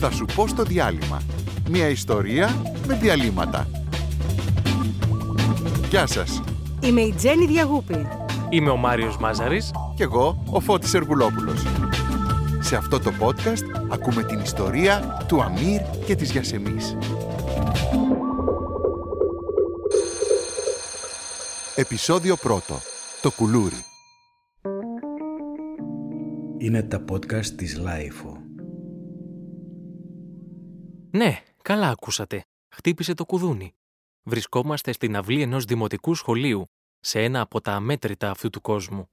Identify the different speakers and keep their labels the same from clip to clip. Speaker 1: Θα σου πω στο διάλειμμα. Μια ιστορία με διαλύματα. Γεια σας.
Speaker 2: Είμαι η Τζέννη Διαγούπη.
Speaker 3: Είμαι ο Μάριος Μάζαρης.
Speaker 1: Κι εγώ, ο Φώτης Εργουλόπουλος. Σε αυτό το podcast ακούμε την ιστορία του Αμύρ και της Γιασεμής. Επισόδιο 1. Το κουλούρι.
Speaker 4: Είναι τα podcast της Λάιφο.
Speaker 3: Ναι, καλά ακούσατε. Χτύπησε το κουδούνι. Βρισκόμαστε στην αυλή ενός δημοτικού σχολείου, σε ένα από τα αμέτρητα αυτού του κόσμου.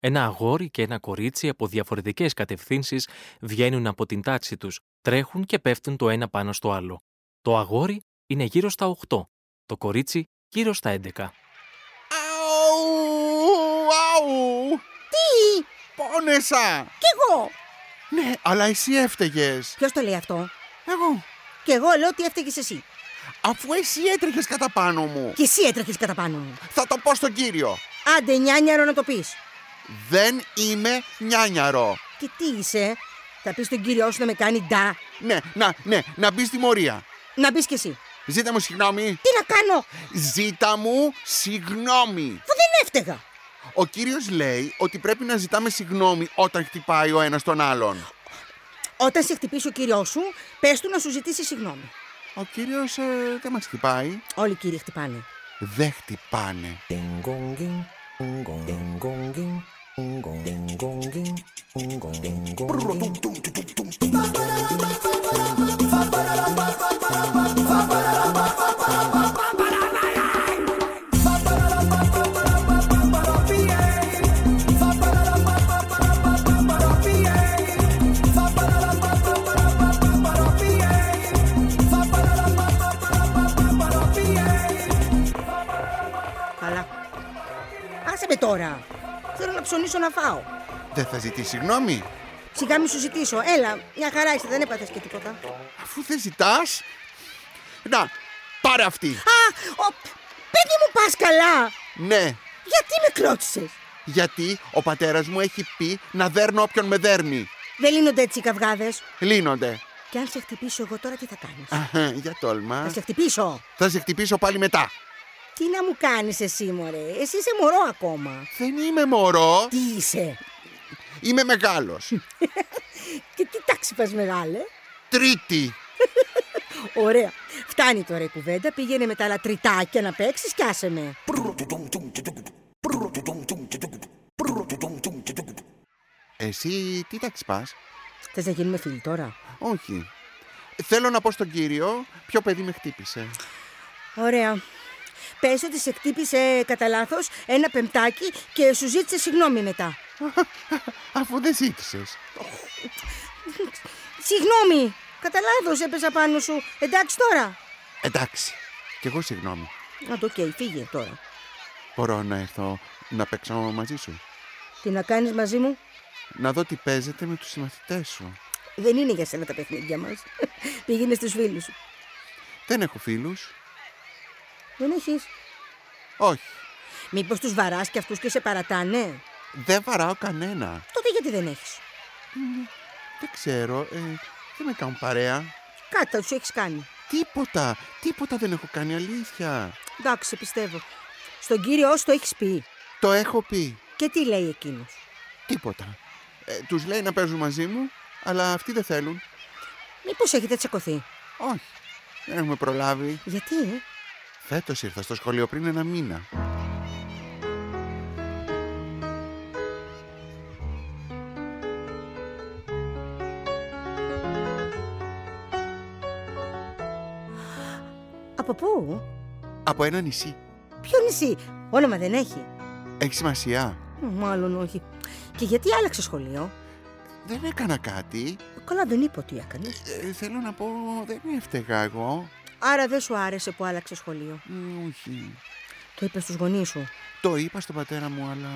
Speaker 3: Ένα αγόρι και ένα κορίτσι από διαφορετικές κατευθύνσεις βγαίνουν από την τάξη τους, τρέχουν και πέφτουν το ένα πάνω στο άλλο. Το αγόρι είναι γύρω στα 8, το κορίτσι γύρω στα 11.
Speaker 1: Αου, αου,
Speaker 2: Τι!
Speaker 1: πόνεσα.
Speaker 2: Κι εγώ!
Speaker 1: Ναι, αλλά εσύ έφταιγες.
Speaker 2: Ποιος το λέει αυτό.
Speaker 1: Εγώ,
Speaker 2: Κι εγώ λέω ότι έφταιγες εσύ.
Speaker 1: αφού εσύ έτρεχες κατά πάνω μου.
Speaker 2: Κι εσύ έτρεχες κατά πάνω μου.
Speaker 1: Θα το πω στον κύριο.
Speaker 2: Άντε, νιάνιαρο να το πεις.
Speaker 1: Δεν είμαι νιάνιαρο.
Speaker 2: Και τι είσαι, θα πεις στον κύριο σου να με κάνει ντά.
Speaker 1: Ναι, να, ναι, να μπεις στη μορία.
Speaker 2: Να μπεις κι εσύ.
Speaker 1: Ζήτα μου συγγνώμη.
Speaker 2: Τι να κάνω,
Speaker 1: Ζήτα μου συγγνώμη.
Speaker 2: που δεν έφταιγα.
Speaker 1: Ο κύριος λέει ότι πρέπει να ζητάμε συγγνώμη όταν χτυπάει ο ένας τον άλλον.
Speaker 2: Όταν σε χτυπήσει ο κύριο σου, πες του να σου ζητήσει συγγνώμη.
Speaker 1: Ο κύριος ε, δεν μας χτυπάει.
Speaker 2: Όλοι οι κύριοι χτυπάνε.
Speaker 1: Δεν χτυπάνε.
Speaker 2: Καλά. Άσε με τώρα. Θέλω να ψωνίσω να φάω.
Speaker 1: Δεν θα ζητήσει συγγνώμη.
Speaker 2: Σιγά μη σου ζητήσω. Έλα, μια χαρά είσαι, δεν έπαθες και τίποτα.
Speaker 1: Αφού δεν ζητάς... Να, πάρε αυτή.
Speaker 2: Α, ο... παιδί μου πας καλά.
Speaker 1: Ναι,
Speaker 2: Γιατί με κλώτσισες.
Speaker 1: γιατί ο πατέρας μου έχει πει να δέρνω όποιον με δέρνει.
Speaker 2: Δεν λύνονται έτσι οι καυγάδες.
Speaker 1: Λύνονται.
Speaker 2: Και αν σε χτυπήσω εγώ τώρα τι θα κάνεις.
Speaker 1: Αχα, για
Speaker 2: Θα
Speaker 1: τόλμα.
Speaker 2: σε χτυπήσω.
Speaker 1: Θα σε χτυπήσω πάλι μετά.
Speaker 2: Τι να μου κάνεις εσύ μωρέ. Εσύ είσαι μωρό ακόμα.
Speaker 1: Δεν είμαι μωρό,
Speaker 2: Τι είσαι.
Speaker 1: είμαι μεγάλος.
Speaker 2: Και τι τάξη πας μεγάλε.
Speaker 1: Τρίτη.
Speaker 2: Ωραία. Φτάνει τώρα η κουβέντα. Πήγαινε με τα άλλα τριτάκια να παίξεις και άσε με.
Speaker 1: Εσύ τι τάξη πας?
Speaker 2: Θες να γίνουμε φίλοι τώρα.
Speaker 1: Όχι. Θέλω να πω στον κύριο ποιο παιδί με χτύπησε.
Speaker 2: Ωραία. Πες ότι σε χτύπησε κατά λάθος ένα πεμπτάκι και σου ζήτησε συγγνώμη μετά.
Speaker 1: Αφού δεν ζήτησες.
Speaker 2: Συγγνώμη! Κατά λάθος έπεσα πάνω σου. Εντάξει τώρα.
Speaker 1: Εντάξει. Κι εγώ συγγνώμη.
Speaker 2: Να το καίει, φύγε τώρα.
Speaker 1: Μπορώ να έρθω να παίξω μαζί σου.
Speaker 2: Τι να κάνεις μαζί μου,
Speaker 1: Να δω τι παίζεται με τους συμμαθητές σου.
Speaker 2: δεν είναι για σένα τα παιχνίδια μας. Πήγαινε στους φίλους σου.
Speaker 1: Δεν έχω φίλους.
Speaker 2: Δεν έχεις.
Speaker 1: Όχι.
Speaker 2: Μήπως τους βαράς και αυτούς και σε παρατάνε.
Speaker 1: Δεν βαράω κανένα.
Speaker 2: Τότε γιατί δεν έχεις.
Speaker 1: Δεν ξέρω. ε, δεν με κάνουν παρέα.
Speaker 2: Κάτι θα τους έχεις κάνει.
Speaker 1: Τίποτα. Τίποτα δεν έχω κάνει αλήθεια.
Speaker 2: Εντάξει, σε πιστεύω. Στον κύριο σου το έχεις πει.
Speaker 1: Το έχω πει.
Speaker 2: Και τι λέει εκείνος.
Speaker 1: Τίποτα. Ε, τους λέει να παίζουν μαζί μου, αλλά αυτοί δεν θέλουν.
Speaker 2: Μήπως έχετε τσακωθεί.
Speaker 1: Όχι. Δεν έχουμε προλάβει.
Speaker 2: Γιατί, ε?
Speaker 1: Φέτος ήρθα στο σχολείο πριν ένα μήνα.
Speaker 2: Από πού?
Speaker 1: Από ένα νησί.
Speaker 2: Ποιο νησί. Όνομα δεν έχει.
Speaker 1: Έχει σημασία.
Speaker 2: Μάλλον όχι. Και γιατί άλλαξε σχολείο.
Speaker 1: Δεν έκανα κάτι.
Speaker 2: Καλά δεν είπα τι έκανες.
Speaker 1: Ε, θέλω να πω, δεν έφταιγα εγώ.
Speaker 2: Άρα δεν σου άρεσε που άλλαξε σχολείο.
Speaker 1: Ε, όχι.
Speaker 2: Το είπες στους γονείς σου.
Speaker 1: Το είπα στον πατέρα μου, αλλά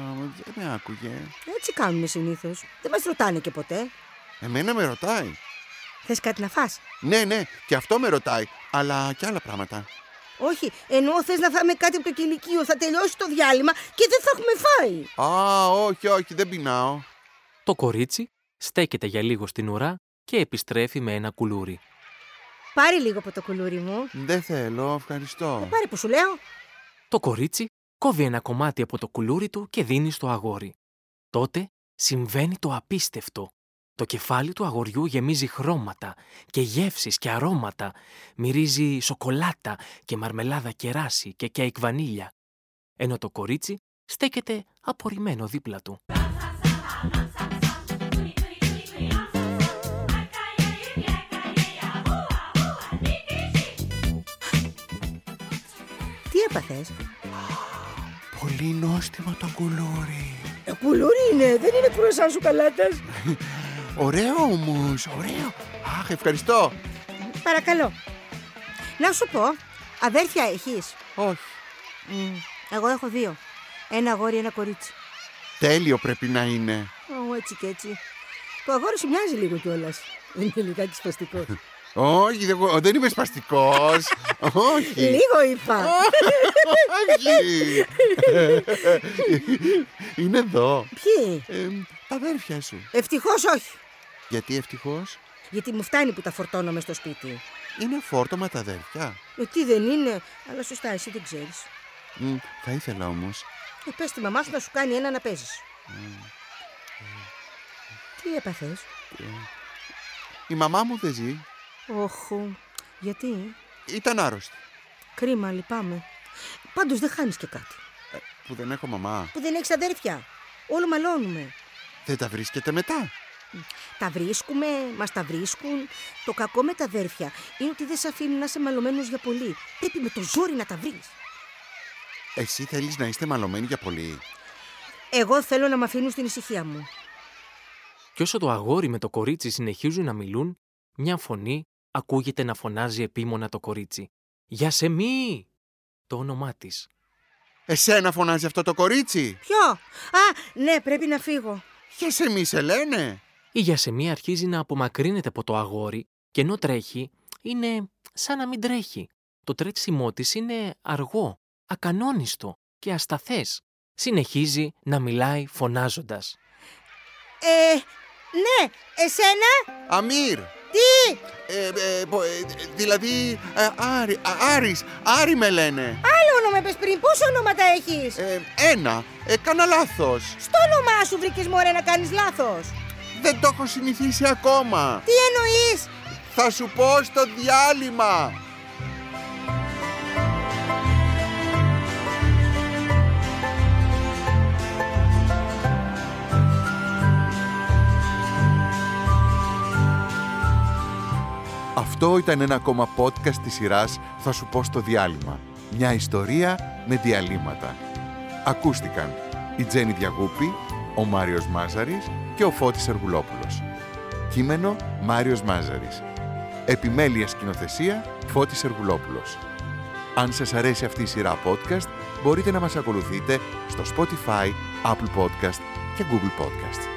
Speaker 1: δεν με άκουγε.
Speaker 2: Έτσι κάνουμε συνήθως. Δεν μας ρωτάνε και ποτέ.
Speaker 1: Εμένα με ρωτάει.
Speaker 2: Θες κάτι να φας.
Speaker 1: Ναι, ναι, και αυτό με ρωτάει. Αλλά και άλλα πράγματα.
Speaker 2: Όχι, ενώ θες να φάμε κάτι από το κηλικείο, θα τελειώσει το διάλειμμα και δεν θα έχουμε φάει.
Speaker 1: Α, όχι, όχι, δεν πεινάω.
Speaker 3: Το κορίτσι στέκεται για λίγο στην ουρά και επιστρέφει με ένα κουλούρι.
Speaker 2: Πάρε λίγο από το κουλούρι μου.
Speaker 1: Δεν θέλω, ευχαριστώ.
Speaker 2: Πάρε που σου λέω.
Speaker 3: Το κορίτσι κόβει ένα κομμάτι από το κουλούρι του και δίνει στο αγόρι. Τότε συμβαίνει το απίστευτο. Το κεφάλι του αγοριού γεμίζει χρώματα και γεύσεις και αρώματα. Μυρίζει σοκολάτα και μαρμελάδα κεράσι και κέικ βανίλια. Ενώ το κορίτσι στέκεται απορριμμένο δίπλα του.
Speaker 2: Τι έπαθε.
Speaker 1: Πολύ νόστιμο το κουλούρι.
Speaker 2: Ε, κουλούρι είναι, δεν είναι κουρασάν σου καλάτα.
Speaker 1: Ωραίο όμως, ωραίο. Αχ, ευχαριστώ.
Speaker 2: Παρακαλώ. Να σου πω, αδέρφια έχεις.
Speaker 1: Όχι.
Speaker 2: Εγώ έχω δύο. Ένα αγόρι, ένα κορίτσι.
Speaker 1: Τέλειο πρέπει να είναι.
Speaker 2: Ω, έτσι και έτσι. Το αγόρι σου μοιάζει λίγο κιόλας. Είναι λιγάκι σπαστικό.
Speaker 1: Όχι, δεν, γο- δεν είμαι σπαστικός. Όχι.
Speaker 2: λίγο είπα.
Speaker 1: Όχι. είναι εδώ.
Speaker 2: Ποιοι.
Speaker 1: Ε, τα αδέρφια σου.
Speaker 2: Ευτυχώς όχι.
Speaker 1: Γιατί ευτυχώς
Speaker 2: Γιατί μου φτάνει που τα φορτώνω μες στο σπίτι.
Speaker 1: είναι φόρτωμα τα αδέρφια.
Speaker 2: Ε, τι δεν είναι, αλλά σωστά εσύ δεν ξέρεις.
Speaker 1: Μ, θα ήθελα όμως.
Speaker 2: Ε, πες τη μαμά σου να σου κάνει ένα να παίζεις. Τι έπαθες.
Speaker 1: Η μαμά μου δεν ζει.
Speaker 2: Όχου. Γιατί.
Speaker 1: Ήταν άρρωστη.
Speaker 2: Κρίμα, λυπάμαι. Πάντως δεν χάνεις και κάτι.
Speaker 1: Ε, που δεν έχω μαμά.
Speaker 2: Που δεν έχεις αδέρφια. Όλο μαλώνουμε.
Speaker 1: Δεν τα βρίσκεται μετά.
Speaker 2: Τα βρίσκουμε, μας τα βρίσκουν. Το κακό με τα αδέρφια είναι ότι δεν σε αφήνουν να είσαι μαλωμένος για πολύ. Πρέπει με το ζόρι να τα βρεις.
Speaker 1: Εσύ θέλεις να είστε μαλωμένοι για πολύ.
Speaker 2: Εγώ θέλω να με αφήνουν στην ησυχία μου.
Speaker 3: Κι όσο το αγόρι με το κορίτσι συνεχίζουν να μιλούν, μια φωνή ακούγεται να φωνάζει επίμονα το κορίτσι. «Για σε μη!» Το όνομά της.
Speaker 1: Εσένα φωνάζει αυτό το κορίτσι.
Speaker 2: Ποιο? Α, ναι, πρέπει να φύγω.
Speaker 1: Για σε μη σε λένε.
Speaker 3: Η Γιασεμί αρχίζει να απομακρύνεται από το αγόρι και ενώ τρέχει, είναι σαν να μην τρέχει. Το τρέξιμό της είναι αργό, ακανόνιστο και ασταθές. Συνεχίζει να μιλάει φωνάζοντας.
Speaker 2: Ε, ναι, εσένα.
Speaker 1: Αμύρ.
Speaker 2: Τι,
Speaker 1: Ε, ε, πο- ε, δηλαδή, ε, Άρη, α, Άρης, Άρη με λένε.
Speaker 2: άλλο όνομα είπες πριν, πόσα ονόματα έχεις.
Speaker 1: Ε, ένα, ε, κάνα λάθος.
Speaker 2: Στο όνομά σου βρήκες μωρέ να κάνεις λάθος.
Speaker 1: Δεν το έχω συνηθίσει ακόμα.
Speaker 2: Τι εννοείς,
Speaker 1: Θα σου πω στο διάλειμμα. Αυτό ήταν ένα ακόμα podcast της σειράς «Θα σου πω στο διάλειμμα». Μια ιστορία με διαλύματα. Ακούστηκαν η Τζέννη Διαγούπη, ο Μάριος Μάζαρης και ο Φώτης Εργουλόπουλος. Κείμενο Μάριος Μάζαρης. Επιμέλεια σκηνοθεσία Φώτης Εργουλόπουλος. Αν σας αρέσει αυτή η σειρά podcast, μπορείτε να μας ακολουθείτε στο Spotify, Apple Podcast και Google Podcasts.